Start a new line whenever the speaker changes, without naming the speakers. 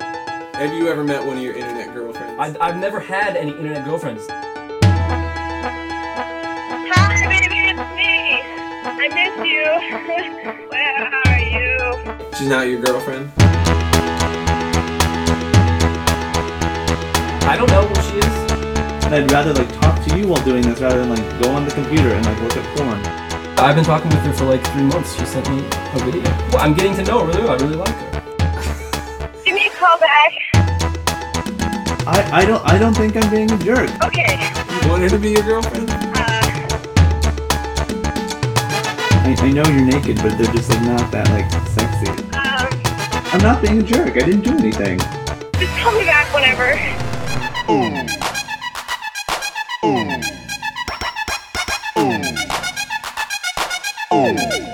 Have you ever met one of your internet girlfriends?
I've, I've never had any internet girlfriends.
Hi, baby, it's me. I miss you. Where are you?
She's not your girlfriend.
I don't know who she is.
And I'd rather like talk to you while doing this rather than like go on the computer and like look at porn.
I've been talking with her for like three months. She sent me a video. Well, I'm getting to know her really well. I really like her.
Give me a call back.
I, I don't I don't think I'm being a jerk.
Okay.
You want her to be your girlfriend?
Uh,
I, I know you're naked, but they're just like not that like sexy.
um,
I'm not being a jerk. I didn't do anything.
just call me back whenever.
Oh.